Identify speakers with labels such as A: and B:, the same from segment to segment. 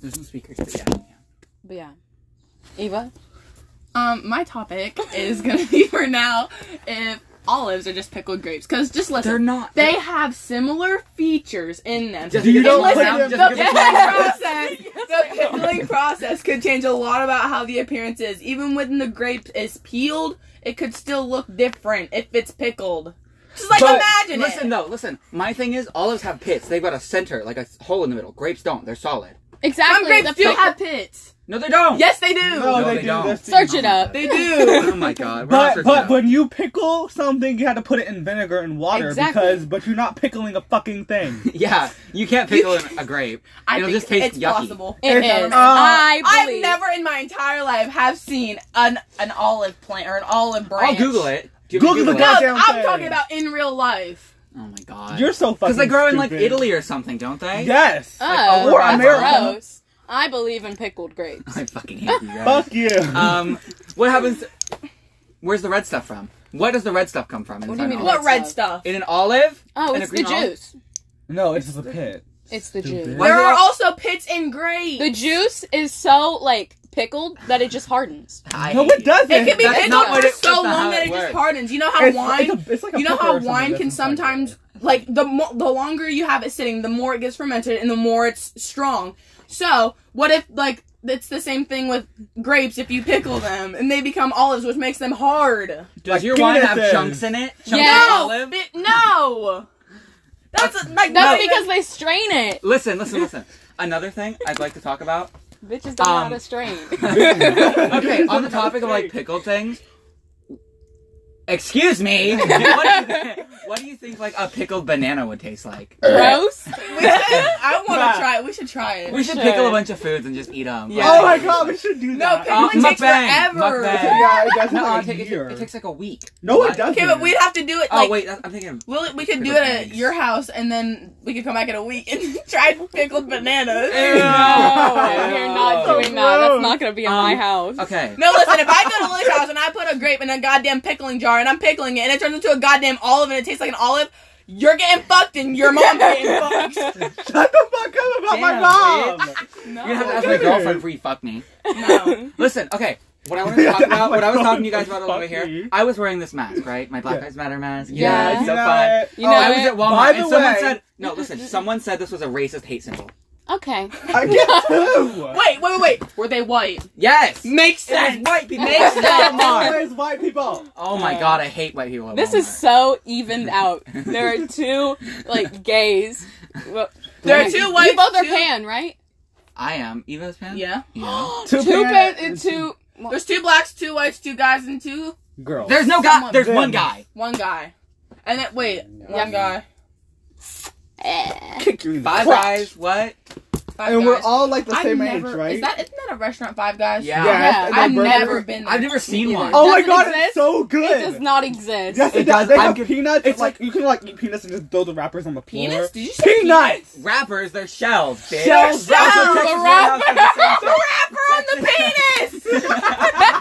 A: There's no speakers, but yeah. yeah.
B: But yeah. Ava?
C: Um, my topic is gonna be for now if olives are just pickled grapes. Cause just listen,
A: They're not.
C: They have similar features in them.
A: Just
C: And
A: you don't
C: listen,
A: put them-
C: the
A: just give
C: pickling
A: it to them.
C: process, the pickling process could change a lot about how the appearance is. Even when the grape is peeled, it could still look different if it's pickled. Just like
A: But
C: imagine
A: listen,
C: it.
A: though, listen. My thing is, olives have pits. They've got a center, like a hole in the middle. Grapes don't. They're solid.
C: Some
B: Exactly.
C: grapes
B: the
C: do
B: pick-
C: have pits.
A: No, they don't.
C: Yes, they do.
A: No,
D: No,
A: they
D: they, do.
A: don't.
D: That's-
B: Search it up.
C: They do.
A: Oh my god. We're not
D: But
A: searching
D: but
A: up.
D: when you pickle something, you had to put it in vinegar and water
B: Exactly.
D: because but you're not pickling a fucking thing.
A: yeah, you can't pickle in a grape.
C: I
A: It'll
C: think
A: just taste
C: it's
A: yucky.
C: possible.
B: It
D: It's-
B: is.
D: uh,
B: I
C: I've
B: believe.
C: never in my entire life have seen an an olive plant or an olive branch.
A: I'll Google it. Do you
D: Google
A: Google
D: the
A: it?
C: No,
D: Goddamn
C: I'm
D: thing.
C: talking about in real life.
A: Oh my god.
D: You're so fucking.
A: because they grow in like
D: stupid.
A: Italy or something, don't they?
D: Yes.
C: Uh.
B: Oh,
A: over
B: that's
D: America.
B: gross. I believe in pickled grapes.
A: I fucking hate you guys.
D: Fuck you.
A: Um, what happens? Where's the red stuff from? Where does the red stuff come from?
B: What do
A: inside
B: you mean,
A: an
B: Red
C: What
A: olive?
C: red
B: stuff.
C: stuff?
A: In an olive?
B: Oh,
A: In a
B: it's the
A: green olive?
B: juice.
D: no, it's just a pit.
B: It's the
D: Stupid.
B: juice.
A: Why
C: there
A: is it
C: are
A: all-
C: also pits in grapes.
B: The juice is so like pickled that it just hardens.
A: I
D: No,
A: hate
D: it
A: you.
D: doesn't.
C: it can be
A: That's
C: pickled
A: not what
C: for
A: it-
C: so
A: that's not how
C: long
A: it
C: that it just
A: works.
C: hardens. You know how
D: It's-
C: wine,
D: it's a- it's like a
C: you know
D: pepper
C: how
D: or something
C: wine
D: that's
C: can
D: inside there.
C: sometimes like the mo- the longer you have it sitting, the more it gets fermented and the more it's strong. So what if like it's the same thing with grapes if you pickle them and they become olives, which makes them hard.
A: Does
D: Like
A: your wine have
D: penises.
A: chunks in it? Chunks
B: Yeah.
A: of
C: No,
A: olive?
C: bi- no. That's like
B: That's
C: no.
B: because they strain it.
A: Listen, listen, listen. Another thing I'd like to talk about.
B: Bitches don't know how
A: Um,
B: to strain.
A: Okay, on the topic of like pickled things. Excuse me. what, do you, what do you think like a pickled banana would taste like?
B: gross.
C: We should- I want
D: Nah.
C: to try it. We should try it.
A: We should
B: Sure.
A: pickle a bunch of foods and just eat them.
B: Yeah.
D: Oh my god, we should do
C: No,
D: that.
A: Uh,
C: pickling takes
A: mukbang,
C: forever.
A: mukbang.
D: yeah, it doesn't.
A: No,
D: like
A: it, take-
D: a
A: it,
D: year.
A: it takes like a week.
D: no, it
A: What?
D: doesn't.
C: Okay, but we'd have to do it
A: Oh
C: like
A: wait, that's, I'm thinking.
C: We'll, we could do
A: Pickled
C: it at
A: eggs.
C: your house, and then we could come back in a week and try pickled bananas.
B: No,
A: Ew.
B: you're not doing that. That's not gonna be in my
A: Um,
B: house.
A: Okay.
C: No, listen, if I go to Lily's house and I put a grape in a goddamn pickling jar and I'm pickling it and it turns into a goddamn olive and it tastes like an olive, you're getting fucked and your mom's getting fucked.
D: Shut the fuck up about
A: Damn,
D: my mom.
C: No.
A: You're gonna have to ask my
D: Dude.
A: girlfriend for you fuck me.
C: no.
A: Listen, okay. What I want to talk about, what I was talking to you guys about over
D: Fuck
A: here,
D: me.
A: I was wearing this mask, right? My Black
D: Yeah.
A: Lives Matter mask. You
B: Yeah.
A: know, it's so
D: You know
A: fun.
D: it. Oh,
B: You know
A: I was
B: it?
A: at Walmart
D: By the
A: and someone
D: way-
A: said, no, listen, someone said this was a racist hate symbol.
B: Okay.
D: I get two.
C: Wait, wait, wait, wait. Were they white?
A: Yes!
C: Makes
A: It was
C: sense.
A: white people.
C: Makes
D: Come
C: sense.
D: on. Where's white people?
A: Oh my god, I hate white people. at
B: This is
A: Walmart.
B: so evened out. There are two like gays. Well,
C: There are two white.
B: you both are
C: two-
B: pan, right?
A: I am. Eva's pan?
C: Yeah.
A: Yeah.
D: Two
B: two
D: pan-
B: pan and two. well,
C: There's two blacks, two whites, two guys, and two
D: Girls.
A: There's no guy.
C: Someone-
A: There's
D: Them.
A: one guy.
C: one guy. And then wait, one guy,
B: eh.
D: kick you in the
A: Five
D: crotch.
A: guys. What?
C: five
D: And we're
C: guys.
D: all like the
C: I've
D: same
C: never,
D: age, right?
C: Is that isn't that a restaurant? Five Guys.
A: Yeah.
B: Yeah.
D: and
C: I've
D: the burger-
C: never been. There.
A: I've never seen one.
D: Oh my
B: Doesn't
D: god,
B: exist?
D: it's so good.
B: It does not exist.
D: Yes, it,
A: It does.
D: does. They
A: I'm
D: have
A: good-
D: peanuts.
A: it's
D: It's like, you can like eat peanuts and just throw the wrappers on the floor.
C: Penis? Did you say
D: Peanuts.
A: Rappers, they're shells, bitch.
D: Shells,
A: Also,
D: shells,
A: Texas
B: the
A: Roadhouse does the same shit.
C: Rapper on the penis.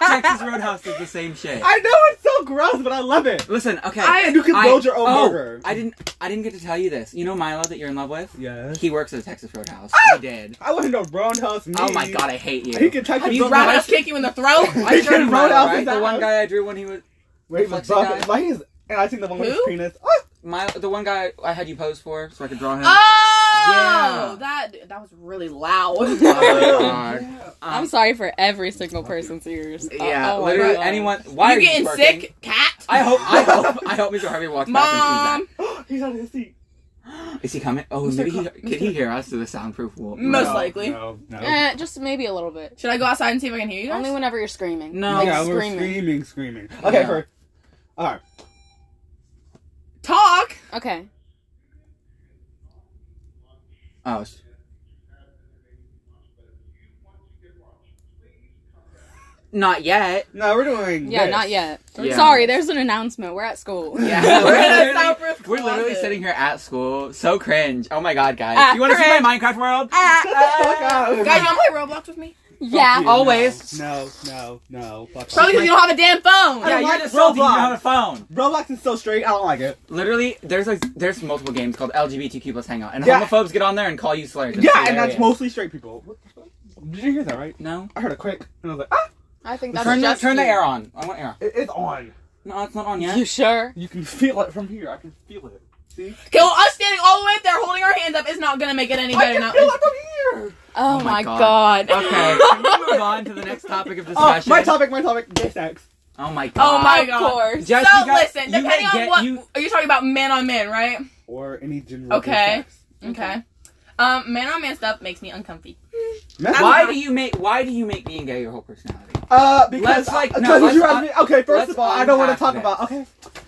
A: Texas Roadhouse does the same shit.
D: I know it's so gross, but I love it.
A: Listen, okay.
C: I-
D: And you can
A: I-
D: build your own
A: oh,
D: burger.
A: I didn't. I didn't get to tell you this. You know Milo that you're in love with.
D: yeah.
A: He works at a Texas Roadhouse. He did.
D: I went into Roundhouse meat.
A: Oh my god, I hate you.
D: He can touch
A: He's
D: his
A: Bro,
C: Did
D: butt.
A: right-
C: Roundhouse kick you in the throat?
A: I drew
D: can
A: Milo,
D: Roadhouse
A: right?
D: is
A: The
D: that
A: one
D: us?
A: guy I drew when he was
D: Wait,
A: Flexi
D: his
A: guy.
D: butt. Like his, and I think the one with his
C: Who?
D: penis. Oh,
A: Milo, the one guy I had you pose for, so I could draw him. Yeah.
C: Oh, that that was really loud.
A: Oh
C: you
A: my God.
B: I'm sorry for every single person's ears. Oh,
A: Um, Yeah,
B: oh my
A: literally
B: God.
A: anyone. Why are
C: getting
A: you twerking?
C: sick, cat?
A: I hope. I hope. I hope Mr. Harvey walks back
C: Mom,
A: and
D: he's out of his seat.
A: sees that. Is he coming? Oh,
C: Mr.
A: maybe he,
C: Cl-
A: could he hear us through the soundproof wall?
C: Most
D: No,
C: likely.
D: No, no.
B: Eh, just maybe a little bit.
C: should I go outside and see if I can hear you guys?
B: Only whenever you're screaming.
A: No.
B: Like
D: yeah,
B: screaming.
D: we're screaming, screaming. Okay,
A: Yeah.
D: for all right.
C: Talk.
B: Okay.
A: Oh, s- not yet.
D: No, we're doing.
B: Yeah,
D: this.
B: not yet.
A: Yeah.
B: Sorry, there's an announcement. We're at school.
A: Yeah,
C: We're in a
A: literally-
C: soundproof
A: we're literally
C: closet.
A: sitting here at school. So cringe. Oh my god, guys.
B: Ah,
A: you want to see my Minecraft world?
D: Shut the fuck up.
C: Guys, you wanna play Roblox with me?
B: Yeah.
D: you.
A: Always.
D: No, no, no. Fuck
C: Probably because you don't have a damn phone.
D: Yeah,
E: Yeah,
D: you
E: you're
D: had
E: just
D: Roblox.
E: salty. You don't have a phone.
D: Roblox is so straight. I don't like it.
A: Literally, there's like there's multiple games called LGBTQ plus Hangout, and
D: Yeah.
A: homophobes get on there and call you slurs. It's
D: yeah, and that's
A: hilarious.
D: mostly straight people. What the fuck? Did you hear that right?
A: No.
D: I heard it quick, and I was like, ah,
B: I think that's
A: turn the,
B: just
A: turn the
B: you.
A: air on. I want air.
D: it, it's on.
A: No, it's not on yet.
B: You sure?
D: You can feel it from here. I can feel it. See?
C: Okay, well, us standing all the way up there holding our hands up is not gonna make it any
D: I
C: better.
D: can
C: Now.
D: feel it from here.
B: Oh,
A: my
B: my
A: God.
B: god.
A: Okay, can we move on to the next topic of
D: Oh,
A: discussion?
D: my topic, my topic, gay sex.
A: Oh my god.
C: Oh my
B: Of
C: god.
B: course.
A: Jess,
C: so
A: you got-
C: listen,
A: you
C: depending
A: gotta
C: on
A: get-
C: what
A: you-
C: are you talking about, man on man, right?
D: Or any general gay
C: Okay.
D: sex.
C: Okay. Um, man on man stuff makes me uncomfy.
D: Mess-
A: Why do you make Why do you make being gay your whole personality?
D: Uh, because
A: Let's, like, no,
D: because
A: let's
D: you asked
A: un-
D: me. Okay, first
A: let's
D: of all, I don't want to
A: unpack this.
D: talk about. Okay,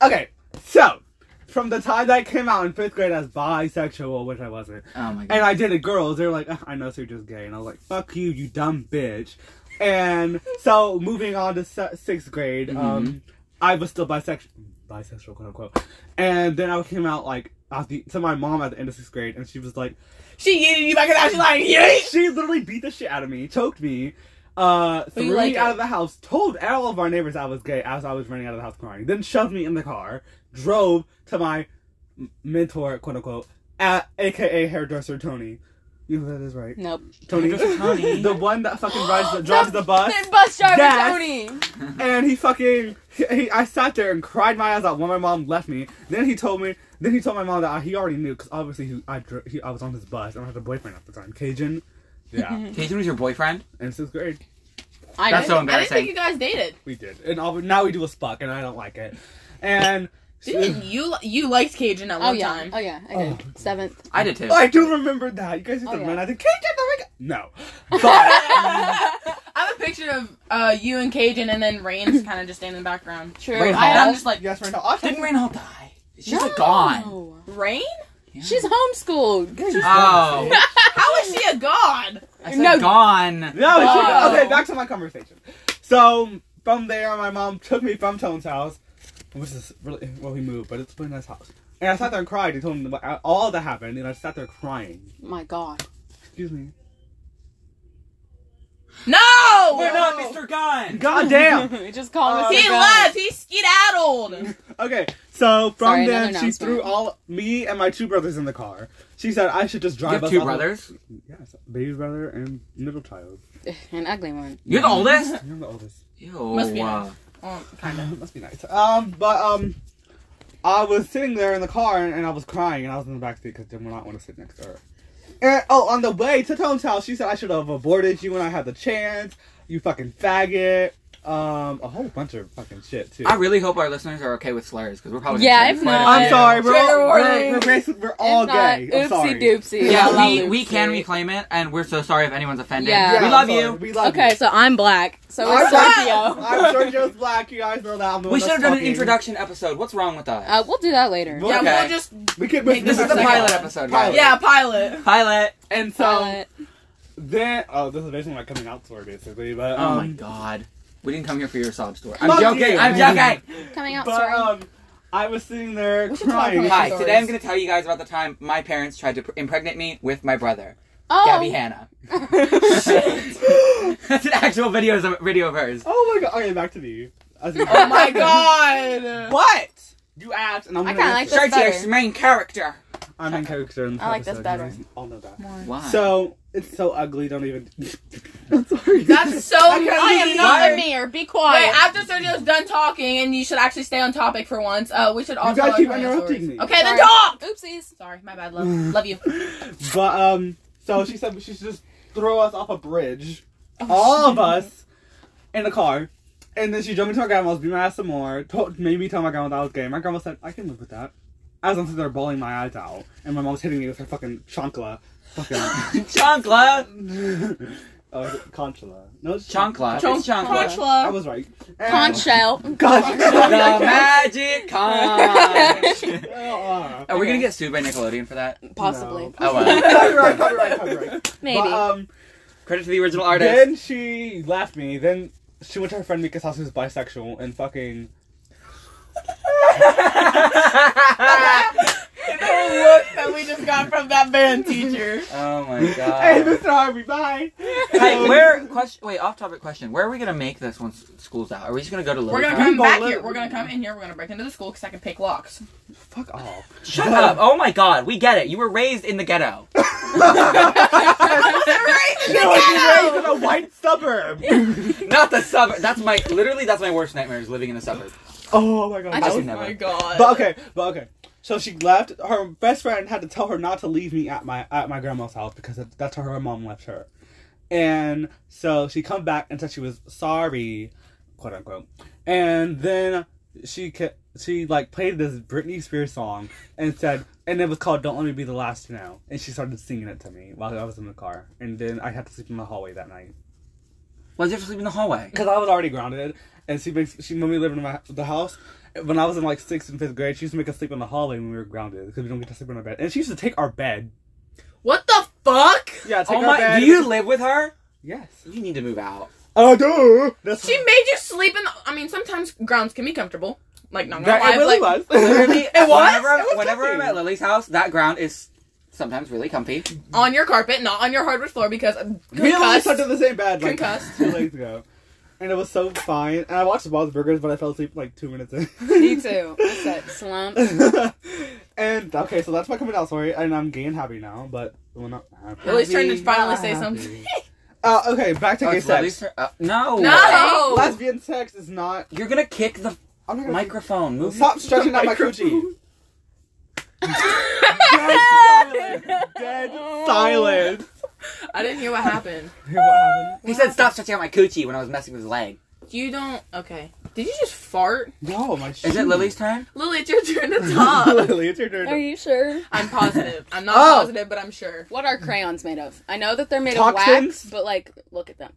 D: okay. So, from the time that I came out in fifth grade as bisexual, which I wasn't,
A: Oh my god.
D: and I dated girls, they were like, "Ugh, "I know, so you're just gay," and I was like, "Fuck you, you dumb bitch." And so, moving on to se- sixth grade,
A: Mm-hmm.
D: um, I was still bisexual, bisexual, quote unquote. And then I came out like at the, to my mom at the end of sixth grade, and she was like,
C: She yeeted you back in the house. She's like, yeet.
D: she literally beat the shit out of me, choked me, uh,
C: But you
D: threw me
C: like
D: out
C: it.
D: of the house, told all of our neighbors I was gay as I was running out of the house crying, then shoved me in the car, drove to my m- mentor, quote unquote, a- aka hairdresser Tony. You know who that is right.
B: Nope.
D: Tony,
A: Hairdresser Tony.
D: the one that fucking rides the, drives the bus,
B: Then bus driver
D: Yes.
B: Tony.
D: and he fucking, he, he- I sat there and cried my eyes out when my mom left me. Then he told me, then he told my mom that I, he already knew because obviously he, I, dro- he, I was on his bus and I had a boyfriend at the time, Cajun. Yeah,
A: Cajun was your boyfriend?
D: in sixth grade.
B: I
A: That's
B: know.
A: so
C: I didn't
A: embarrassing.
C: think you guys dated.
D: We did, and all, now we do a spuck, and I don't like it. And
C: Didn't you? You liked Cajun at one
B: Oh yeah.
C: time.
B: Oh yeah. I did. Seventh.
A: I did too.
C: Oh,
D: I do remember that. You guys used
B: Oh,
D: to
B: yeah.
D: run. I think Cajun. Oh my god. No, but
C: I have a picture of uh, you and Cajun, and then Rain's kind of just standing in the background.
B: True.
A: Wait,
B: I
C: And
A: Hall?
C: I'm
B: have.
C: just like,
D: yes, right now. Also,
A: Didn't Rainhold die? She's
B: no.
A: like gone.
C: Rain?
B: She's homeschooled.
A: Oh.
C: How is she a god?
A: I said
B: No.
A: gone.
D: No, she-
B: Oh.
D: okay. Back to my conversation. So from there, my mom took me from Tone's house, which is really well, he moved, but it's a really nice house. And I sat there and cried. He told him about all that happened, and I sat there crying.
B: My God.
D: Excuse me.
C: No!
A: We're not Mr. Gun.
D: God damn.
B: We just call
D: Uh,
B: Mr.
C: He
B: Gun.
C: left. He skedaddled.
D: Okay, so from
B: Sorry, another
D: then she
B: announcement.
D: threw all me and my two brothers in the car. She said I should just
A: You
D: drive
A: have
D: us
A: two
D: all the-
A: brothers.
D: Yes, baby brother and middle child.
B: An ugly one.
A: You're the oldest.
D: You're the oldest.
A: Ew.
C: Must be
A: uh,
C: nice. Oh, kind of.
D: Kinda. Must be nice. Um, but um, I was sitting there in the car and, and I was crying and I was in the back seat because did not want to sit next to her. And oh, on the way to Tone's house, she said I should have aborted you when I had the chance. You fucking faggot. Um, a whole bunch of fucking shit too.
A: I really hope our listeners are okay with slurs because we're probably gonna
B: Yeah,
A: say
B: if
A: quite a
B: not-
D: I'm
A: few.
D: sorry, we're all,
C: Trigger
D: we're,
C: warning.
D: we're, basi- we're all
B: If not,
D: gay.
B: Oopsie
D: I'm sorry.
B: doopsie. I
A: Yeah,
B: love
A: we, we
B: oopsie.
A: can reclaim it, and we're so sorry if anyone's offended.
B: Yeah.
A: we
D: I'm
A: love
D: sorry.
A: you.
D: We love
B: Okay,
D: you.
B: so I'm black. So
D: I'm
B: is
D: black.
B: Sergio.
D: I'm Sergio's black. You guys know that. I'm the
A: We
D: one
A: should
D: that's
A: have done an
D: talking.
A: introduction episode. What's wrong with us?
B: Uh, we'll do that later.
D: Well,
C: Yeah,
A: Okay.
C: we'll just.
D: We could.
C: Make
A: this is the
C: Okay.
A: pilot episode, guys.
D: Pilot.
C: Yeah, pilot.
A: Pilot.
D: And so.
B: But-
D: Then, oh, this is basically my coming out story, basically. But
A: Oh
D: um,
A: my god. We didn't come here for your sob story. I'm
D: Fuck
A: joking.
D: you.
A: I'm joking.
B: coming out.
D: But
B: sorry.
D: um, I was sitting there
C: We should talk
D: crying.
C: about-
A: Hi. Today I'm going to tell you guys about the time my parents tried to pr- impregnate me with my brother,
B: oh.
A: Gabby Hanna. That's an actual video of, video of hers.
D: Oh my god! Okay, back to me. As you-
C: Oh my god.
A: What?
D: You asked, and I'm.
B: I
D: gonna
B: kinda like
D: answer.
B: That's
A: Straight to
B: better.
A: your main character.
D: I'm in character. In this
B: I like this
D: episode,
B: better.
D: you guys All know that.
A: Why?
D: So it's so ugly. Don't even. I'm sorry.
C: That's so.
D: I can't
C: I am
D: believe-
C: not
B: Another
C: a
B: mirror. Be
C: Wait,
B: quiet.
C: after Sergio's done talking, and you should actually stay on topic for once. Uh, we should all.
D: You guys
C: tell our
D: keep
C: funny
D: interrupting
C: stories.
D: me.
C: Okay, then
B: Sorry.
C: talk.
B: Oopsies.
C: Sorry, my bad. Love, love you.
D: But um, so she said she should just throw us off a bridge,
B: Oh,
D: all of us, in a car, and then she drove me to my grandma's, beat my ass some more, told, made me tell my grandma that I was gay. My grandma said I can live with that. As I'm sitting there bawling my eyes out, and my mom's hitting me with her fucking chancla, fucking
A: Chancla.
D: oh, is it conchula. No, it's
A: Chancla.
C: Chon-
A: It's Chancla.
B: Conch-
D: I
C: Conchla.
D: was right.
B: Conch shell.
A: The
D: Conchula.
A: magic conch. Are we
B: Okay.
A: gonna get sued by Nickelodeon for that?
B: Possibly.
D: No.
A: Oh well.
D: copyright, copyright, copyright.
B: Maybe.
D: But, um,
A: Credit to the original artist.
D: Then she left me. Then she went to her friend Mika's house who's bisexual
C: "Ah."
D: and fucking.
C: look that we just got from that band teacher.
A: Oh my
D: Hey,
A: god.
D: Mr. Harvey, bye.
A: hey, where? Question. Wait, off topic question. Where are we gonna make this once school's out? Are we just gonna go to?
C: We're gonna
A: Lodi?
C: come
D: People
C: back
D: live-
C: here. We're gonna come in here. We're gonna break into the school because I can pick locks.
D: Fuck off.
A: Shut up! Oh my god, we get it. You were raised in the ghetto.
D: You were raised in a white suburb.
A: Not the suburb. That's my literally. That's my worst nightmare is living in a suburb.
D: Oh my god.
C: I
A: That
C: just,
A: would
C: oh my
A: never-
C: god.
D: But okay, but okay. So she left. Her best friend had to tell her not to leave me at my at my grandma's house because that- that's where her mom left her. And so she come back and said she was sorry, quote unquote. And then she ca- she like played this Britney Spears song and said, and it was called "Don't Let Me Be the Last to Know." And she started singing it to me while I was in the car. And then I had to sleep in the hallway that night
A: Why did you have to sleep in the hallway?
D: because I was already grounded, and she makes she made me live in my, the house. When I was in like sixth and fifth grade, she used to make us sleep in the hallway when we were grounded because we don't get to sleep in our bed. And she used to take our bed.
C: What the fuck?
D: Yeah, take
A: Oh
D: our
A: my!
D: bed.
A: Do you live with her?
D: Yes.
A: You need to move out.
D: Oh, duh. That's
C: She made you sleep in the. I mean, sometimes grounds can be comfortable. Like, not gonna
D: that,
C: lie.
D: it really
C: like,
D: was.
A: Literally, it
C: was?
A: Whenever,
D: It was
A: whenever I'm
D: comfy.
A: at Lily's house, that ground is sometimes really comfy. Oh,
C: On your carpet, not on your hardwood floor because I'm
D: we literally slept in
C: concussed.
D: the same bed like
C: Concussed.
D: two days ago, and it was so fine. And I watched Bob's Burgers, but I fell asleep like two minutes in.
B: Me too. What's that slump?
D: and okay, so that's my coming out story, and I'm gay and happy now, but well, not happy.
C: Lily's trying to
A: Happy,
C: finally
A: not
C: say
A: happy.
C: something.
D: Uh, okay, back to
A: Oh,
D: gay
A: it's Lily's
D: sex.
A: turn- uh, no.
C: No!
D: Lesbian sex is not.
A: You're gonna kick the
D: I'm not gonna
A: microphone. Move.
D: Stop stretching out my coochie. Dead silence. Dead silence.
C: I didn't hear what happened.
A: He said, "Stop stretching out my coochie" when I was messing with his leg.
C: You don't. Okay. Did you just fart?
D: No, my shit.
A: Is it Lily's turn?
C: Lily, it's your turn to talk.
D: Lily, it's your turn.
B: Are you sure?
C: I'm positive. I'm not
D: Oh.
C: positive, but I'm sure.
B: What are crayons made of? I know that they're made of wax,
D: Toxins?
B: but like, look at them.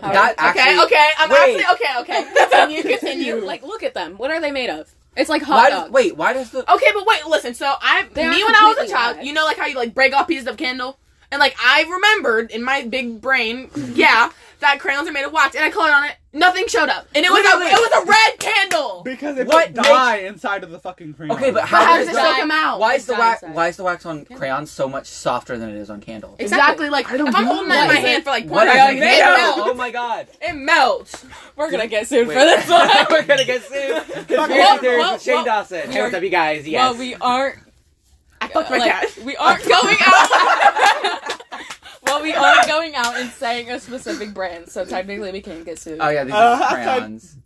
B: How-
A: That
C: Okay,
A: actually-
C: okay. I'm
A: Wait.
C: actually. Okay, okay. Continue,
B: Continue.
C: continue.
B: Like, look at them. What are they made of? It's like
A: Why
B: hot
A: does,
B: dogs.
A: wait, why does the
C: Okay, but wait, listen. So I,
B: They are
C: me when I was a
B: completely
C: child,
B: live.
C: you know, like how you like break off pieces of candle, and like I remembered in my big brain, yeah, that crayons are made of wax, and I colored on it. Nothing showed up, and it was a,
A: Literally.
C: it was a red candle.
D: Because it
A: What
D: would die inside of the fucking cream.
A: Okay, but
C: But
A: how,
C: how does it
A: the-
C: still come out?
A: Why is the
B: Inside,
A: wax?
B: inside.
A: Why is the wax on crayons so much softer than it is on candles?
C: Exactly. Like
D: I don't
C: if I'm
D: know.
C: holding that in my
B: What is
C: hand
B: it?
C: for like
A: What
C: quarter,
A: is it?
C: it,
A: made of?
C: melts.
A: Oh my god!
C: It melts.
B: We're gonna get sued
A: Wait.
B: for this one.
A: We're gonna get sued. Conspiracy
C: Well,
A: theories
C: well,
A: with Shane
C: well,
A: Dawson. Hey, what's up, you guys? Yes.
B: Well, we aren't.
C: I fucked my
B: like,
C: cat.
B: We aren't going out. well, we aren't going out and saying a specific brand, so technically we can't get sued.
A: oh yeah, these
D: Uh,
A: are crayons.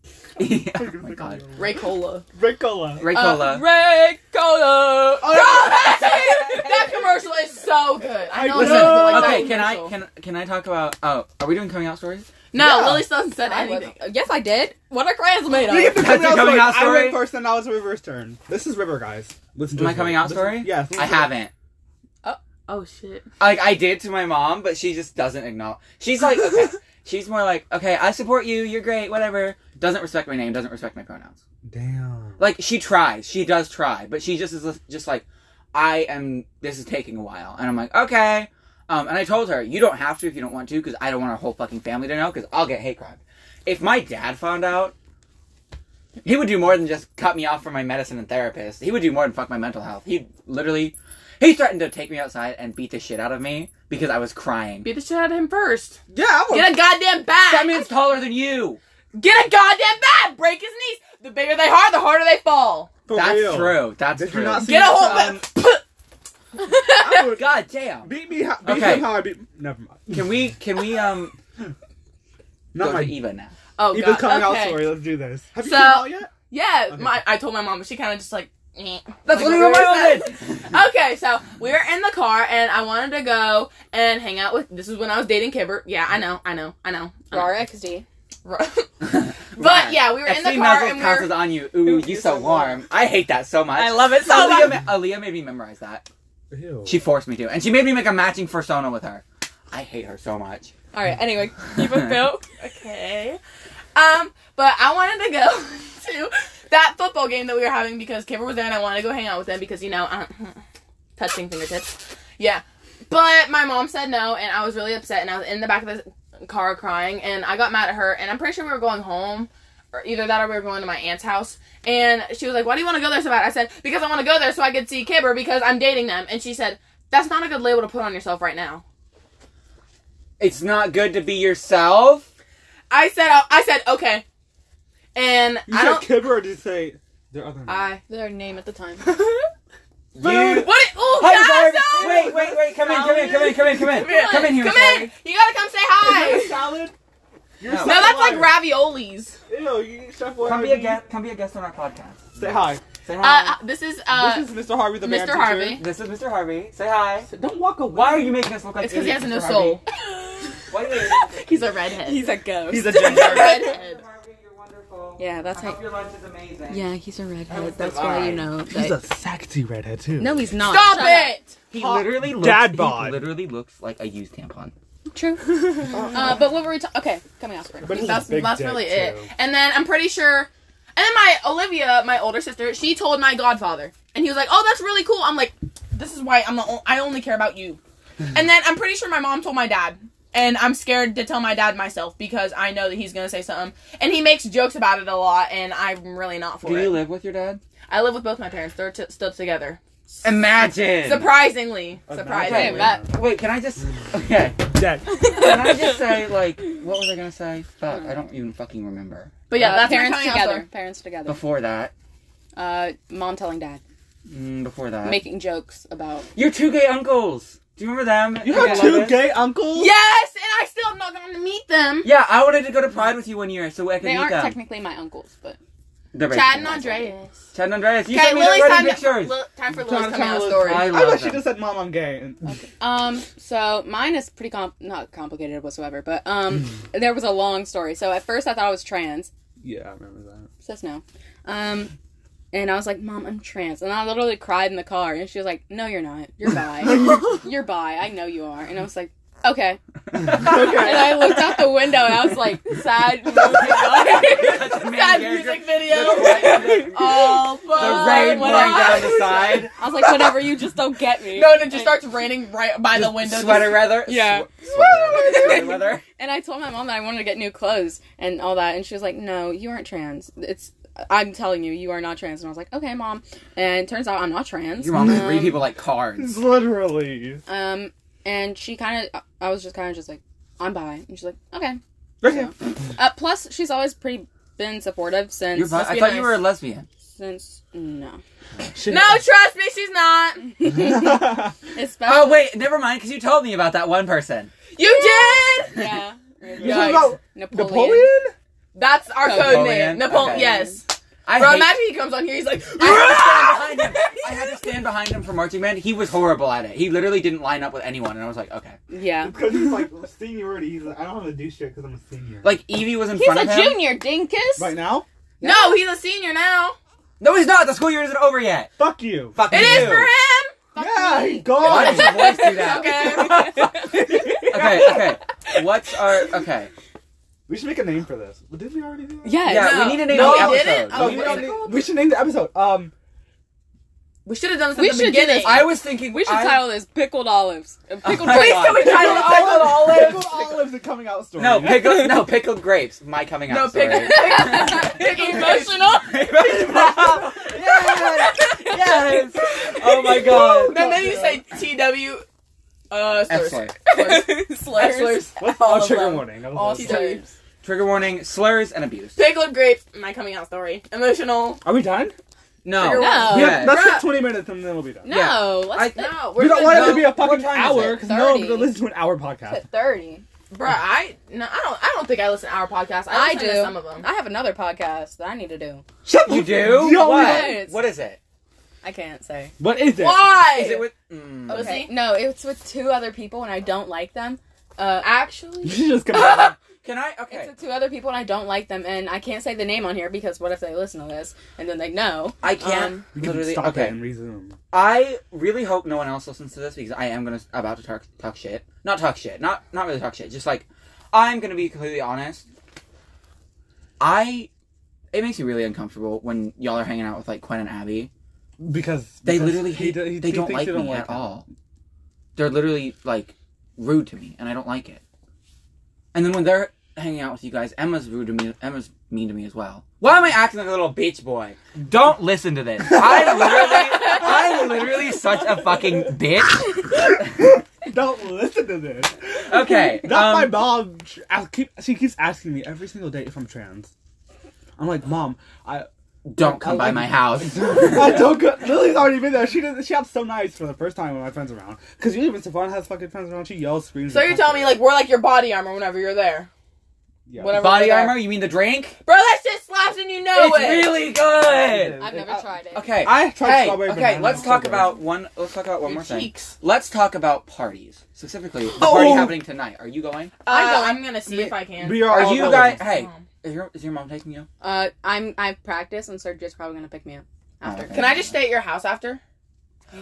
A: Yeah, oh my god.
C: Raycola.
D: Ricola.
A: Ray
B: Uh,
A: Cola.
B: Red Cola.
D: Oh,
C: That commercial is so good. I know.
D: I
C: it's not, but, like, that
A: okay, can I
C: commercial.
A: can can I talk about? Oh, are we doing coming out stories?
C: No,
D: Yeah.
C: Lily still hasn't said
B: I
C: anything.
B: wasn't- Yes, I did. What are crayons made
D: You get the
B: of?
A: That's
D: coming out
A: your coming
D: story.
A: out
D: I
A: story?
D: went first, and now it's River's turn. This is River, guys. Listen to
A: My
D: us.
A: coming out
D: Listen-
A: story?
D: Yes.
A: I haven't.
C: Oh shit.
A: Like I did to my mom, but she just doesn't acknowledge. She's like, okay, she's more like, okay, I support you. You're great. Whatever. Doesn't respect my name. Doesn't respect my pronouns.
D: Damn.
A: like she tries she does try but she just is just like i am this is taking a while and i'm like okay um, and i told her you don't have to if you don't want to because i don't want our whole fucking family to know because i'll get hate crime if my dad found out he would do more than just cut me off from my medicine and therapist he would do more than fuck my mental health he literally he threatened to take me outside and beat the shit out of me because i was crying
C: Beat the shit out of him first.
D: Yeah, I was.
C: Get a goddamn bag.
A: that man's taller than you
C: Get a goddamn bag. Break his knees. The bigger they are, the harder they fall.
D: for
A: that's
D: real.
A: true that's
D: Did you
A: true
D: not see
C: Get a
D: this?
C: whole
A: Um,
C: bag.
D: I would-
A: god damn
D: Beat me. How, beat
A: Okay.
D: him how I beat. Never mind.
A: can we can we um
D: Not
A: go
D: my
A: to eva now
C: Oh
D: Eva's
C: god.
D: coming out
C: okay.
D: story. Let's do this. Have you
C: So-
D: come out yet?
C: Yeah,
D: Okay.
C: my, I told my mom, but she kind of just like. eh.
A: That's
C: Like,
A: what my
C: where is
A: mom
C: that?
A: did.
C: okay, so we were in the car and I wanted to go and hang out with. This is when I was dating Kibber. Yeah, I know, I know, I know. I know.
B: Rar XD.
C: but yeah, we were in the car and we were.
A: passes on you. Ooh, you so warm. I hate that so much.
B: I love it so
C: Oh
A: Aaliyah,
B: much.
A: ma- Aaliyah made me memorize that.
D: Ew.
A: She forced me to, and she made me make a matching persona with her. I hate her so much.
B: All right. Anyway, keep it Phil.
C: Okay. Um, but I wanted to go to that football game that we were having because Kipper was there and I wanted to go hang out with them because, you know, uh, touching fingertips. Yeah. But my mom said no and I was really upset and I was in the back of the car crying and I got mad at her and I'm pretty sure we were going home. or either that or we were going to my aunt's house. And she was like, Why do you want to go there so bad? I said, Because I want to go there so I could see Kibber because I'm dating them. And she said, That's not a good label to put on yourself right now.
A: It's not good to be yourself.
C: I said, "Oh, I said, okay. And
D: You
C: I
D: said
C: don't.
D: Kibber or did you say their other name?
C: I.
B: Their name at the time.
A: You.
C: What? Oh, It, ooh,
A: Hi,
C: guys,
A: Barb.
C: no!
A: Wait, wait, wait! Come in, come in, come in, come in, come in,
C: Come,
A: come in here,
C: Come
A: Chloe.
C: in. You gotta come say
D: Is that a
C: hi.
D: salad? You're
A: No. No,
D: a
C: No,
D: salad
C: that's like
D: water.
C: raviolis.
D: Ew, you Chef Boyardee.
A: Come be a guest. Come be a guest on our podcast.
D: Say hi.
A: Say
C: Uh,
A: hi.
C: this is uh,
D: this is Mr. Harvey the band
C: Mr.
D: teacher.
C: Harvey.
A: this is Mr. Harvey. Say hi.
D: Don't walk away.
A: Why are you making us look like?
C: It's because he has no
A: idiots, Mr.
C: soul.
A: Harvey? Wait, wait.
C: He's a redhead.
B: He's a ghost.
D: He's a ginger.
C: redhead.
A: Mr. Harvey, you're wonderful.
B: yeah,
A: I
B: that's
A: hope
B: how.
A: your lunch is amazing.
B: Yeah, he's a
A: That was
B: redhead. That's why you
A: divine.
B: know.
D: He's a
B: That,
D: sexy redhead too.
B: no, he's not.
C: Stop
B: Shut
C: it.
A: He literally looks.
D: Dad
A: he
D: bod.
A: literally looks like a used tampon.
B: up. True. uh, but what were we talking? Okay, coming out spring.
D: But he's a
C: That's
D: big
C: that's
D: dick,
C: really
D: too.
C: it. And then I'm pretty sure. And then my Olivia, my older sister, she told my godfather, and he was like, "Oh, that's really cool." I'm like, "This is why I'm the o- I only care about you." and then I'm pretty sure my mom told my dad, and I'm scared to tell my dad myself because I know that he's gonna say something, and he makes jokes about it a lot, and I'm really not for
A: Do
C: it.
A: you live with your dad?
C: I live with both my parents; they're t- still together.
A: Imagine.
C: Surprisingly,
D: Okay.
C: surprising.
B: Okay, that-
A: Wait, can I just? Okay.
D: Dead.
A: Can I just say like, what was I gonna say? Fuck, I don't even fucking remember.
C: But yeah,
B: Uh,
C: that's
B: parents
C: my coming out
B: together.
C: story.
B: Parents together.
A: Before that.
B: Uh, mom telling dad,
A: Mm, before that.
B: making jokes about.
A: Your two gay uncles. Do you remember them?
D: You
A: Okay.
D: have two gay uncles?
C: Yes, and I still am not gonna meet them.
A: Yeah, I wanted to go to Pride with you one year so I could
B: They
A: meet
B: aren't
A: them.
B: technically my uncles, but
A: They're basically
C: Chad and
A: my
C: Andreas.
A: uncles. Chad and Andreas. You
C: Okay,
A: sent me their
C: Lily's time,
A: wedding
C: to,
A: pictures.
C: Lil, time for
D: Trying
C: Lily's
D: to
C: coming
D: tell
C: out
D: us-
C: story.
A: I
D: I
A: love
D: thought she
A: them.
D: just said, "Mom, I'm gay." And
B: Um, so mine is pretty com- not complicated whatsoever, but um, there was a long story. So at first I thought I was trans,
D: Yeah, I remember that.
B: says no, um, and I was like, "Mom, I'm trans," and I literally cried in the car, and she was like, "No, you're not. You're bi. you're bi. I know you are." And I was like, "Okay." And I looked out the window, and I was like, "Sad." moving on.
A: That's the main
C: Sad
A: character.
C: music video.
A: The-
C: Oh,
A: The
C: fuck.
A: rain pouring
B: whatever.
A: down the side.
B: I was like, "Whatever, you just don't get me."
C: No, and it just starts raining right by the window.
A: Sweater weather.
B: Yeah.
A: Swe- sweater weather. Sweater weather.
B: And I told my mom that I wanted to get new clothes and all that, and she was like, "No, you aren't trans. It's I'm telling you, you are not trans." And I was like, "Okay, mom." And it turns out I'm not trans.
A: Your mom
B: um,
A: can read people like cards.
D: It's literally.
B: Um, and she kind of, I was just kind of just like, "I'm bi," and she's like, "Okay."
D: Okay.
B: Uh, plus, she's always pretty been supportive since.
A: You're bi-
B: let's
A: I
B: be
A: thought you
B: honest,
A: were a lesbian.
B: Since no,
C: No, trust me, she's not.
B: especially.
A: Oh wait, never mind, because you told me about that one person.
C: You did.
B: Yeah.
D: You
C: Yikes.
D: talking about
B: Napoleon.
D: Napoleon?
C: That's our code
A: Napoleon?
C: name. Napoleon.
A: Okay.
C: Yes.
A: I
C: Bro,
A: hate-
C: imagine he comes on here. He's like,
A: I had to stand behind him. I had to stand behind him for marching band. He was horrible at it. He literally didn't line up with anyone, and I was like, okay.
B: Yeah.
D: Because he's like seniority. He's like, I don't have to do shit because I'm a senior.
A: Like Evie was in
B: He's
A: front
B: a
A: of him.
B: junior, dinkus.
D: right now?
C: no, he's a senior now.
A: No, he's not. The school year isn't over yet.
D: Fuck you.
A: Fuck
C: It
A: you.
C: is for him.
D: yeah, he
A: Why does
D: gone.
A: his voice do that?
C: Okay.
A: okay, okay. What's our okay?
D: we should make a name for this. Well, did we already do that?
B: Yes.
A: Yeah,
C: No.
A: we need to name
C: No,
A: the
C: we
A: episode.
C: didn't.
A: We
C: Oh,
D: we,
A: need-
D: don't
C: wait.
D: name- we should name the episode. Um,
C: we should have done this at
B: We
C: the
B: should do
C: beginning.
B: this.
A: I was thinking
B: We should
A: I,
B: title this pickled olives. Uh, Pickled
A: my
B: grapes.
A: God.
C: we titled
D: pickled
C: olives.
D: Pickled olives and coming out story.
A: No, pickle, no pickled grapes. My coming
C: No,
A: out. story.
C: pickle-
B: emotional.
A: yes, yes. Oh my god.
C: And then you say TW. Uh, slurs.
A: Excellent.
C: Slurs.
B: Slurs.
D: What's
C: All
D: all
C: of
D: trigger
C: them.
D: warning? That was
C: All
D: all
C: trigger- Slurs.
A: Trigger warning: slurs and abuse.
C: Pickled grapes. My coming out story. Emotional.
D: Are we done?
A: No.
C: Trigger
B: No.
A: warning.
D: Yeah,
A: Yeah.
D: let's
C: Bruh.
D: hit 20 minutes and then we'll be done.
B: No, let's
A: I-
B: put
C: No,
D: We
C: we're
D: don't
C: good.
D: want it
A: No.
D: to be a
A: What
D: fucking
A: time is
D: hour
A: it?
D: because no one's
B: 30.
D: gonna listen to an hour podcast.
B: put thirty.
C: Bruh, I no, I don't. I don't think I listen to our podcast. I,
B: I
C: listen
B: do.
C: To some of them.
B: I have another podcast that I need to do.
D: Shut
A: You
D: the-
A: do?
D: Yo, we
A: what?
D: don't-
B: don't.
A: What is it?
B: I can't say.
D: What is it?
C: Why?
A: Is it with? Mm.
C: Okay.
B: Okay. No, it's with two other people and I don't like them. Uh,
D: You
C: Actually,
D: should just come out.
A: Can I?
B: it's
A: Okay.
B: with two other people and I don't like them and I can't say the name on here because what if they listen to this and then they know?
A: I can't.
B: Um,
D: We can
A: Uh, literally.
D: stop
A: okay.
D: it and resume.
A: I really hope no one else listens to this because I am gonna about to talk talk shit. Not talk shit. Not not really talk shit. Just like I'm gonna be completely honest. I it makes me really uncomfortable when y'all are hanging out with like Quinn and Abby.
D: Because
A: They
D: because
A: literally
D: he
A: hate,
D: do- he-
A: they
D: he
A: don't
D: thinks
A: like
D: you
A: me at
D: him.
A: all. They're literally like rude to me, and I don't like it. And then when they're hanging out with you guys, Emma's rude to me. Emma's mean to me as well. Why am I acting like a little bitch boy? Don't listen to this. I'm literally, I'm literally such a fucking bitch.
D: Don't listen to this.
A: Okay,
D: Not my
A: um,
D: mom. She- I keep, she keeps asking me every single day if I'm trans. I'm like, mom, I
A: Don't come by my house.
D: I don't. Go, Lily's already been there. She did. She acts so nice for the first time when my friends around. Because usually when Stefan has fucking friends around, she yells, screams.
C: So
D: and
C: you're telling me like we're like your body armor whenever you're there.
D: Yeah.
C: whatever.
A: Body
C: we're there.
A: armor? You mean the drink?
C: Bro, that shit slaps and you know
A: It's
C: it.
A: really good.
B: I've never
D: Uh,
B: tried it.
A: Okay.
D: I tried
A: Hey,
D: strawberry
A: okay,
D: banana,
A: let's
D: it's
A: talk
D: so good.
A: about one. Let's talk about one
C: Your
A: more thing.
C: cheeks.
A: Let's talk about parties specifically. The
D: Oh.
A: party happening tonight. Are you going?
C: Uh,
B: I don't-
C: I'm gonna see
D: Me-
C: if I can.
D: We are.
A: Are
D: all
A: you
D: relevant.
A: guys? Hey,
C: Um,
A: is your is your mom taking you?
B: Uh, I'm I've practiced, and Sergio's probably gonna pick me up after.
A: Oh, okay.
C: Can I just stay at your house after?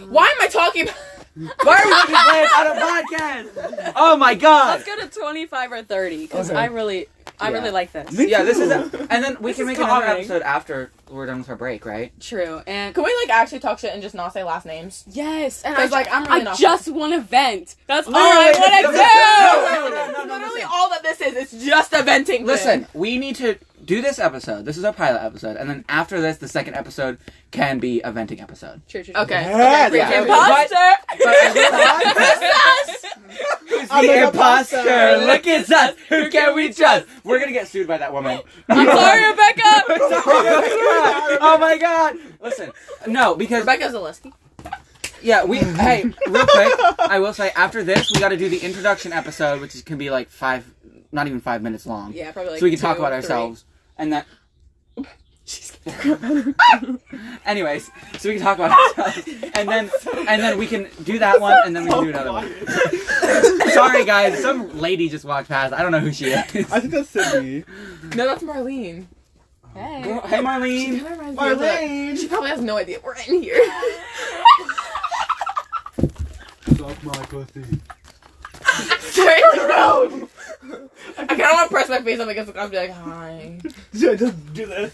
C: Why am I talking? About-
A: Why are we fucking playing on a podcast? Oh my god.
B: Let's go to twenty five or thirty because
D: Okay.
B: I really I
A: Yeah.
B: really like this.
D: Me
A: Yeah, this
D: too.
A: is, a, and then we
B: This
A: can
B: is
A: make another
B: tiring.
A: episode after we're done with our break, right?
B: True, and
C: can we like actually talk shit and just not say last names?
B: yes, and I
C: Because like I'm really
B: I
C: not.
B: just want to vent. That's all I
A: Literally,
B: want
A: no,
B: to
A: no,
B: do.
A: no, no, no, no, no,
C: That's
A: no,
C: literally
A: listen.
C: all that this is. It's just a venting.
A: Listen,
C: thing.
A: we need to do this episode. This is our pilot episode, and then after this, the second episode can be a venting episode.
B: True, true, true.
C: Okay.
D: Yes.
C: okay,
A: Yeah.
C: Imposter.
A: But
D: I'm an imposter.
A: Look at us. Who can we trust? We're gonna get sued by that woman.
B: I'm sorry, Rebecca.
A: Sorry, Rebecca. oh my god! Listen, no, because
C: Rebecca Zaleski.
A: yeah, we hey, real quick, I will say after this we got to do the introduction episode, which is, can be like five, not even five minutes long.
B: yeah, probably. Like
A: so we can talk
B: two,
A: about
B: three.
A: ourselves and that. Anyways, so we can talk about ourselves, and then and then we can do that one, and then we can do another one. Sorry, guys, some lady just walked past. I don't know who she is.
D: I think that's Sydney.
C: No, that's Marlene.
B: Hey.
A: Girl, hey, Marlene.
C: Kinda reminds me of that-
D: Marlene.
C: She probably has no idea we're in here.
D: Suck my pussy.
C: Straight in the road. I kind of want to press my face up against the glass and be like, hi.
D: Should I just do this?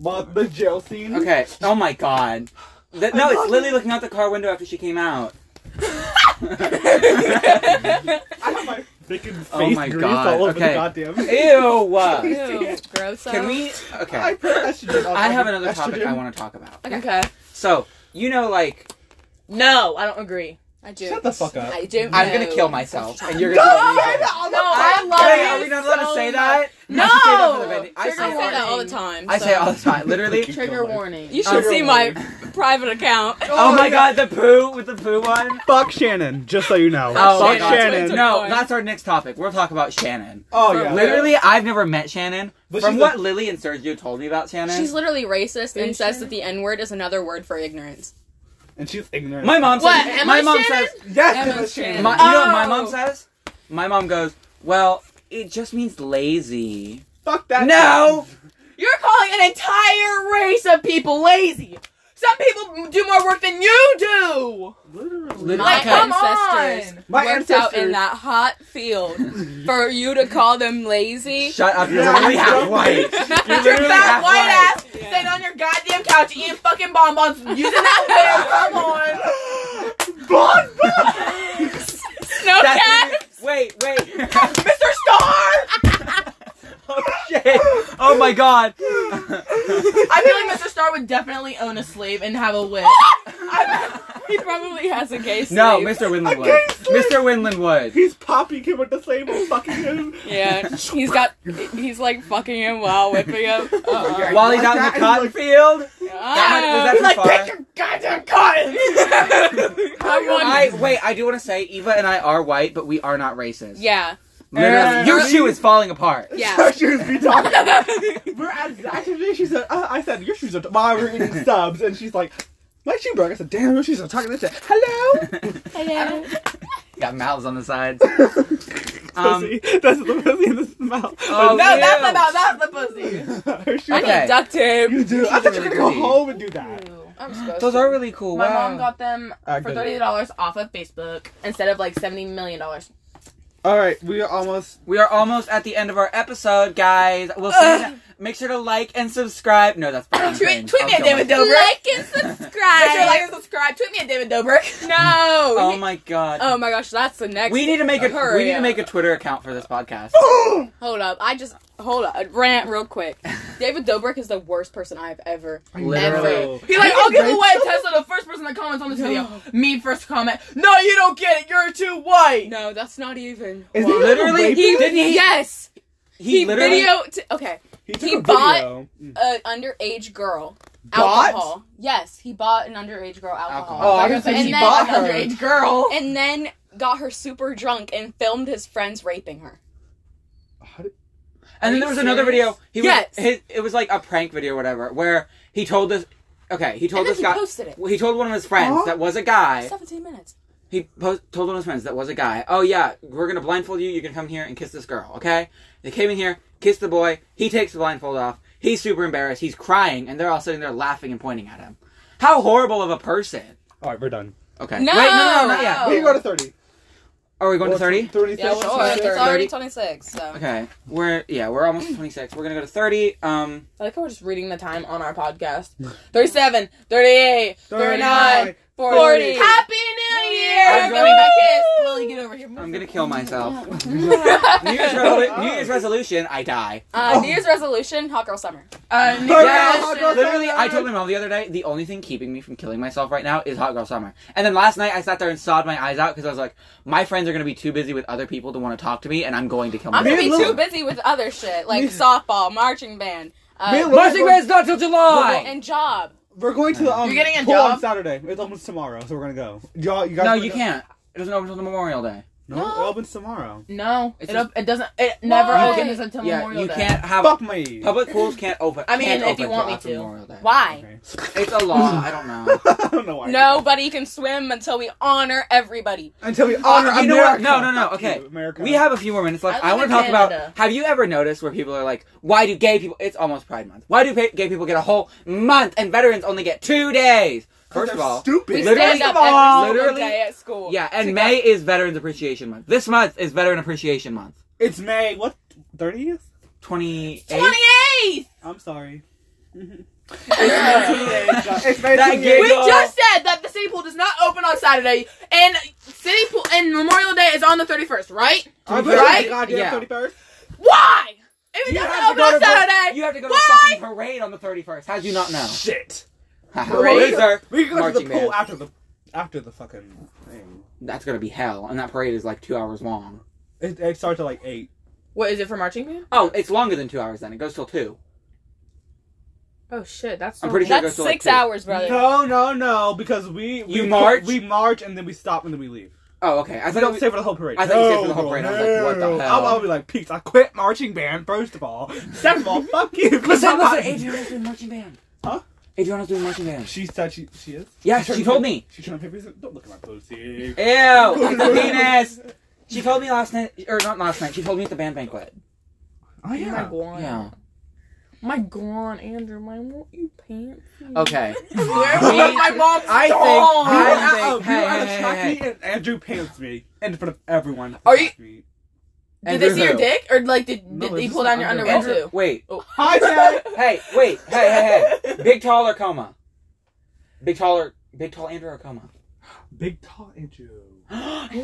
D: But the jail scene.
A: Okay. Oh my god. Th- no, it's Lily looking out the car window after she came out.
D: I have my freaking face
A: Oh my
D: grease
A: God,
D: all over
A: okay.
D: the goddamn.
A: Ew.
B: Ew, gross.
A: Can we?
D: I
A: Okay.
D: put estrogen on
A: I have
D: my
A: another topic
D: estrogen.
A: I want to talk about.
C: Okay.
A: So you know, like
C: No, I don't agree.
B: I do.
D: Shut the fuck up.
B: I do.
A: I'm gonna
B: know.
A: kill myself, and you're
D: Don't
A: gonna.
D: say that on the
C: No, Oh, I
D: podcast.
C: love
A: Hey,
C: it
A: are we not allowed
C: so
A: to say
C: much.
A: that?
C: No.
A: I should say that for the venting. I
C: Trigger
A: say,
B: I say
A: it.
B: that all the
C: warning.
B: time.
A: I say it
B: so-
A: all the time, literally.
C: Trigger warning.
B: You
A: Trigger
B: should see my private account.
A: Oh my god, the poo with the poo one.
D: Fuck Shannon, just so you know.
A: Oh my
D: Fuck
A: God.
D: Shannon.
A: No, that's our next topic. We'll talk about Shannon.
D: Oh yeah.
A: Literally, I've never met Shannon.
D: But
A: From
D: she's
A: what
D: a-
A: Lily and Sergio told me about Shannon,
B: She's literally racist
C: Are you
B: and says
C: sure?
B: that the N word is another word for ignorance.
D: And she's ignorant.
A: my mom
C: What,
A: says.
C: am
A: my
C: I
A: mom
C: Shannon?
A: says.
D: Yes,
B: Emma
D: that's Shannon.
B: Shannon.
A: My, You know what my
C: Oh.
A: mom says? My mom goes, "Well, it just means lazy."
D: Fuck that.
A: No.
C: You're calling an entire race of people lazy. Some people do more work than you do.
D: Literally.
A: Literally.
B: My
A: Okay.
C: come
B: ancestors
C: on.
D: My
B: worked out in that hot field for you to call them lazy.
A: Shut up! You're
D: Yeah,
A: literally
D: you
A: half
D: don't-
A: white.
C: Put your
A: literally
C: fat
A: half
C: white
A: white.
C: ass sitting on your goddamn couch eating fucking bonbons using that hair. Come on.
D: Blonde
C: No
A: That's-
C: cat.
A: Wait, wait.
C: Mr. Star.
A: oh shit! Oh my god!
C: I feel like Mr. Star would definitely own a slave and have a whip.
B: He probably has a gay
A: no,
B: sleeve.
A: Mr. Winland would.
D: Okay,
A: Mr. Winland would.
D: He's popping him with the same old fucking him.
B: Yeah, he's got. He's like fucking him while whipping him. Uh-uh.
A: While he's out in
D: Like
A: the
D: that,
A: cotton
D: he's like-
A: field.
B: Ah.
A: Is that-
C: He's like,
A: far.
C: pick your goddamn cotton.
A: I wait. I do want to say Eva and I are white, but we are not racist.
B: yeah,
A: Literally,
D: Eh.
A: your shoe is falling apart.
B: yeah.
D: Her shoes be talking. We're at Zaxxon today. She said, uh, I said, your shoes are talking. Mom, we're eating subs. And she's like, my shoe broke. I said, damn, your shoes are talking. I said, hello.
A: Got mouths on the sides.
D: pussy. That's the pussy in the mouth.
A: Um, Oh,
C: No, that's
A: Ew.
C: about that's the pussy.
D: Her shoes
B: I
A: Okay.
B: need duct
D: You
B: tape.
D: do. I thought you were going to
A: Really?
D: go home and do that.
C: I'm supposed
A: Those
C: to.
A: are really cool.
C: My
A: wow.
C: mom got them
D: I
C: for
D: get
C: thirty
D: it.
C: dollars off of Facebook instead of like seventy million dollars.
D: All right, we are almost.
A: We are almost at the end of our episode, guys. We'll see. you Make sure to like and subscribe. No, that's Brian
C: tweet
A: Cranes.
C: tweet me
A: I'll
C: at
A: kill
C: David
A: myself.
C: Dobrik.
B: Like and subscribe.
C: Make sure to like and subscribe. Tweet me at David Dobrik.
B: no.
A: Oh my god.
B: Oh my gosh, that's the next.
A: we need to make a
B: Hurry
A: we need to
B: up.
A: make a Twitter account for this podcast.
D: Oh,
B: Hold up, I just hold up. Rant real quick. David Dobrik is the worst person I've ever.
A: Literally.
C: He's like,
D: He
C: I'll
D: did
C: give
D: great
C: away
D: stuff.
C: Tesla to the first person that comments on this video. Me first comment. No, you don't get it. You're too white.
B: No, that's not even.
D: Is
B: Why?
D: he
A: Literally,
D: raping?
A: he didn't he,
B: yes,
A: he, literally
B: video. T- okay,
D: took
B: he
D: a
B: bought-
D: video. Mm.
B: an underage girl
D: Bought?
B: alcohol. Yes, he bought an underage girl alcohol.
A: Alcohol. Oh.
D: Oh, I was
B: And
D: saying he
B: then-
D: bought
C: an
D: her.
C: underage girl.
B: and then got her super drunk and filmed his friends raping her.
D: How did-
A: And
B: Are
A: then
B: you
A: there was another
B: serious?
A: video. He
B: Yes.
A: was his, it was like a prank video or whatever where he told this okay, he told
B: And then
A: this
B: he
A: guy
B: posted it.
A: he told one of his friends
D: Huh?
A: that was a guy.
B: 17 minutes.
A: He post, told one of his friends that was a guy. Oh yeah, we're gonna blindfold you. You can come here and kiss this girl, okay? They came in here, kissed the boy. He takes the blindfold off. He's super embarrassed. He's crying, and they're all sitting there laughing and pointing at him. How horrible of a person!
D: All right, we're done.
A: Okay.
B: No!
A: Wait, no, no, no, not yet.
D: We can go to thirty.
A: Are we going
D: Well,
A: to thirty?
D: 36,
B: Oh. Yeah,
D: so
B: sure. It's
D: 36.
B: already 26. So.
A: Okay. We're yeah, we're almost twenty six. We're gonna go to thirty. Um.
C: I like how we're just reading the time on our podcast. 37, 38, 39, 40.
B: 40.
C: Happy New Year!
A: I'm
C: Give me my
A: going-
C: kiss. Lily, get over here.
A: I'm gonna kill myself.
B: uh,
A: New Year's, Oh. resolu- New Year's resolution, I die.
B: New Year's resolution, hot girl summer.
C: Uh, New
D: Hot
C: Year's-
D: girl summer.
A: Literally, I told my mom the other day the only thing keeping me from killing myself right now is Hot Girl Summer. And then last night I sat there and sawed my eyes out because I was like, my friends are gonna be too busy with other people to want to talk to me, and I'm going to kill
B: I'm
A: myself.
D: Me
B: gonna be
D: and
B: too
D: Lily-
B: busy with other shit like
D: Me-
B: softball, marching band,
D: Me
B: uh,
D: and Lily-
A: Marching band's not till July.
B: and job.
D: We're going to the um,
C: You're getting a
D: pool on
C: job?
D: Saturday. It's opens tomorrow, so we're gonna go. Y'all, you guys.
A: No,
D: wanna
A: you
D: go?
A: can't. It doesn't open until Memorial Day.
D: No,
B: No.
D: it opens tomorrow.
C: No,
A: It's
C: it,
A: just-
C: op- it doesn't. It never
B: Why?
C: opens until
A: yeah,
C: Memorial
A: you
C: Day.
A: can't have
D: Fuck me.
A: public pools can't open.
C: I mean,
A: can't
C: if
A: open
C: you want
A: till
C: me
A: after
C: to.
A: Memorial Day.
B: Why?
D: Okay.
A: It's a law. I don't know.
D: I don't know why.
B: Nobody can swim until we honor everybody.
D: Until we honor
A: Uh, you know what?
D: America.
A: No, no, no.
D: Fuck
A: Okay,
D: you, America.
A: we have a few more minutes left.
C: I
A: I,
C: live
A: want
C: in
A: to talk
C: Canada.
A: about. Have you ever noticed where people are like, "Why do gay people?" It's almost Pride Month. Why do pa- gay people get a whole month and veterans only get two days? First of
D: They're
A: all,
D: stupid.
B: We
A: Literally-
B: stand up
A: Literally-
B: every single
A: literally-
B: day at school.
A: yeah, and
B: to
A: May is Veterans Appreciation Month. This month is Veteran Appreciation Month.
D: It's May. What? Thirtieth?
A: Twenty eight.
C: 28th!
D: I'm sorry. it's May
A: That
D: 28th.
A: gig-
C: We
A: Big ol'-
C: just said that the city pool does not open on Saturday, and city pool and Memorial Day is on the thirty first, right?
D: I'm
C: Right?
D: right? Goddamn
A: Yeah.
D: 31st.
C: Why? If it doesn't open on
A: to
C: Saturday,
A: you have to go to
C: Why?
A: a fucking parade on the thirty first. How do you not know?
D: Shit.
A: Parade? Loser.
D: We can go
A: Marching
D: to the pool
A: band.
D: after the after the fucking thing.
A: That's gonna be hell, and that parade is like two hours long.
D: It, it starts at like eight.
C: what is it for marching band?
A: Oh, it's longer than two hours. Then it goes till two.
C: Oh shit, that's.
A: I'm pretty sure it goes
B: That's
A: till
B: six
A: like two.
B: hours, brother.
D: No, no, no. Because we we
A: You march?
D: We march and then we stop and then we leave.
A: Oh, okay. I
D: I
A: thought it
D: don't
A: was,
D: stay for the whole parade.
A: I thought you stayed for the whole parade. I was like, what the
D: no.
A: hell?
D: I'll, I'll be like, peace. I quit marching band. First of all, second of all, fuck you.
A: Listen, listen, Adriana's doing marching band.
D: Huh?
A: Adriana's doing marching band.
D: She said she she is.
A: Yeah, she
D: turned
A: told me.
D: pink- She turned papers. Don't look at my pussy.
A: Ew, penis. She told me last night, or not last night. She told me at the band banquet.
D: Oh
C: My
D: yeah.
C: god.
A: Yeah.
C: My god, Andrew, my won't you pants?
A: Okay.
C: Where
A: We-
C: was my mom's
A: I think-
C: song?
D: We were
A: I-
D: at-
A: think-
D: uh, we were at
A: hey,
D: a
A: hey,
D: track
A: hey,
D: meet and Andrew pants me in front of everyone.
C: Are you-
D: Me.
C: Did they see your dick, or like did,
D: No,
C: did
D: it's
C: he
D: just
C: pull down your underwear
A: Andrew,
C: too?
A: wait.
D: Hi, Dad.
A: Hey, wait. Hey, hey, hey. Big tall or coma? Big taller. Big tall Andrew or coma?
D: Big tall Andrew.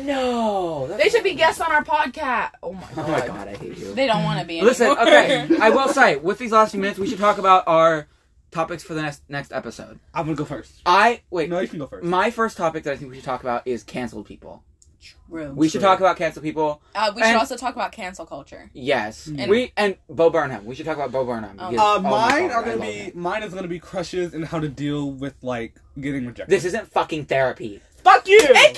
A: no. that's-
C: They should be guests on our podcast. Oh my god.
A: Oh my god, I hate you.
B: They don't want to be.
A: Listen,
B: anymore.
A: okay. I will say, with these last few minutes, we should talk about our topics for the next next episode.
D: I'm gonna go first.
A: I wait.
D: No, you can go first.
A: My first topic that I think we should talk about is canceled people.
B: Rude.
A: We should
D: True.
A: talk about canceled people.
B: Uh, we should
A: And-
B: also talk about cancel culture.
A: Yes,
D: And-
A: we and Bo Burnham. We should talk about Bo Burnham.
B: Mm. Oh.
A: because- oh
D: Uh,
A: my
D: mine
A: God,
D: are
A: I
D: gonna
A: love
D: be
A: him.
D: mine is gonna be crushes and how to deal with like getting rejected.
A: This isn't fucking therapy.
D: fuck you. It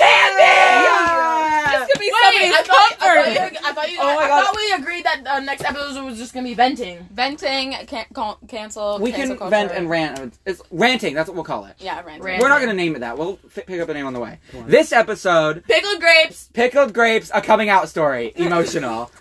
B: This could be
C: Wait, I
B: somebody's
C: thought, I thought,
B: comfort.
C: you, I thought, you,
A: Oh my
C: I
A: God.
C: thought we agreed that uh, next episode was just gonna be venting.
B: Venting, can, con- cancel.
A: We
B: cancel
A: can
B: culture.
A: vent and rant. It's ranting. That's what we'll call it.
B: Yeah, ranting.
C: Rant.
A: We're not gonna name it that. We'll f- pick up a name on the way.
D: Go on.
A: This episode,
C: Pickled grapes.
A: pickled grapes, a coming out story, emotional.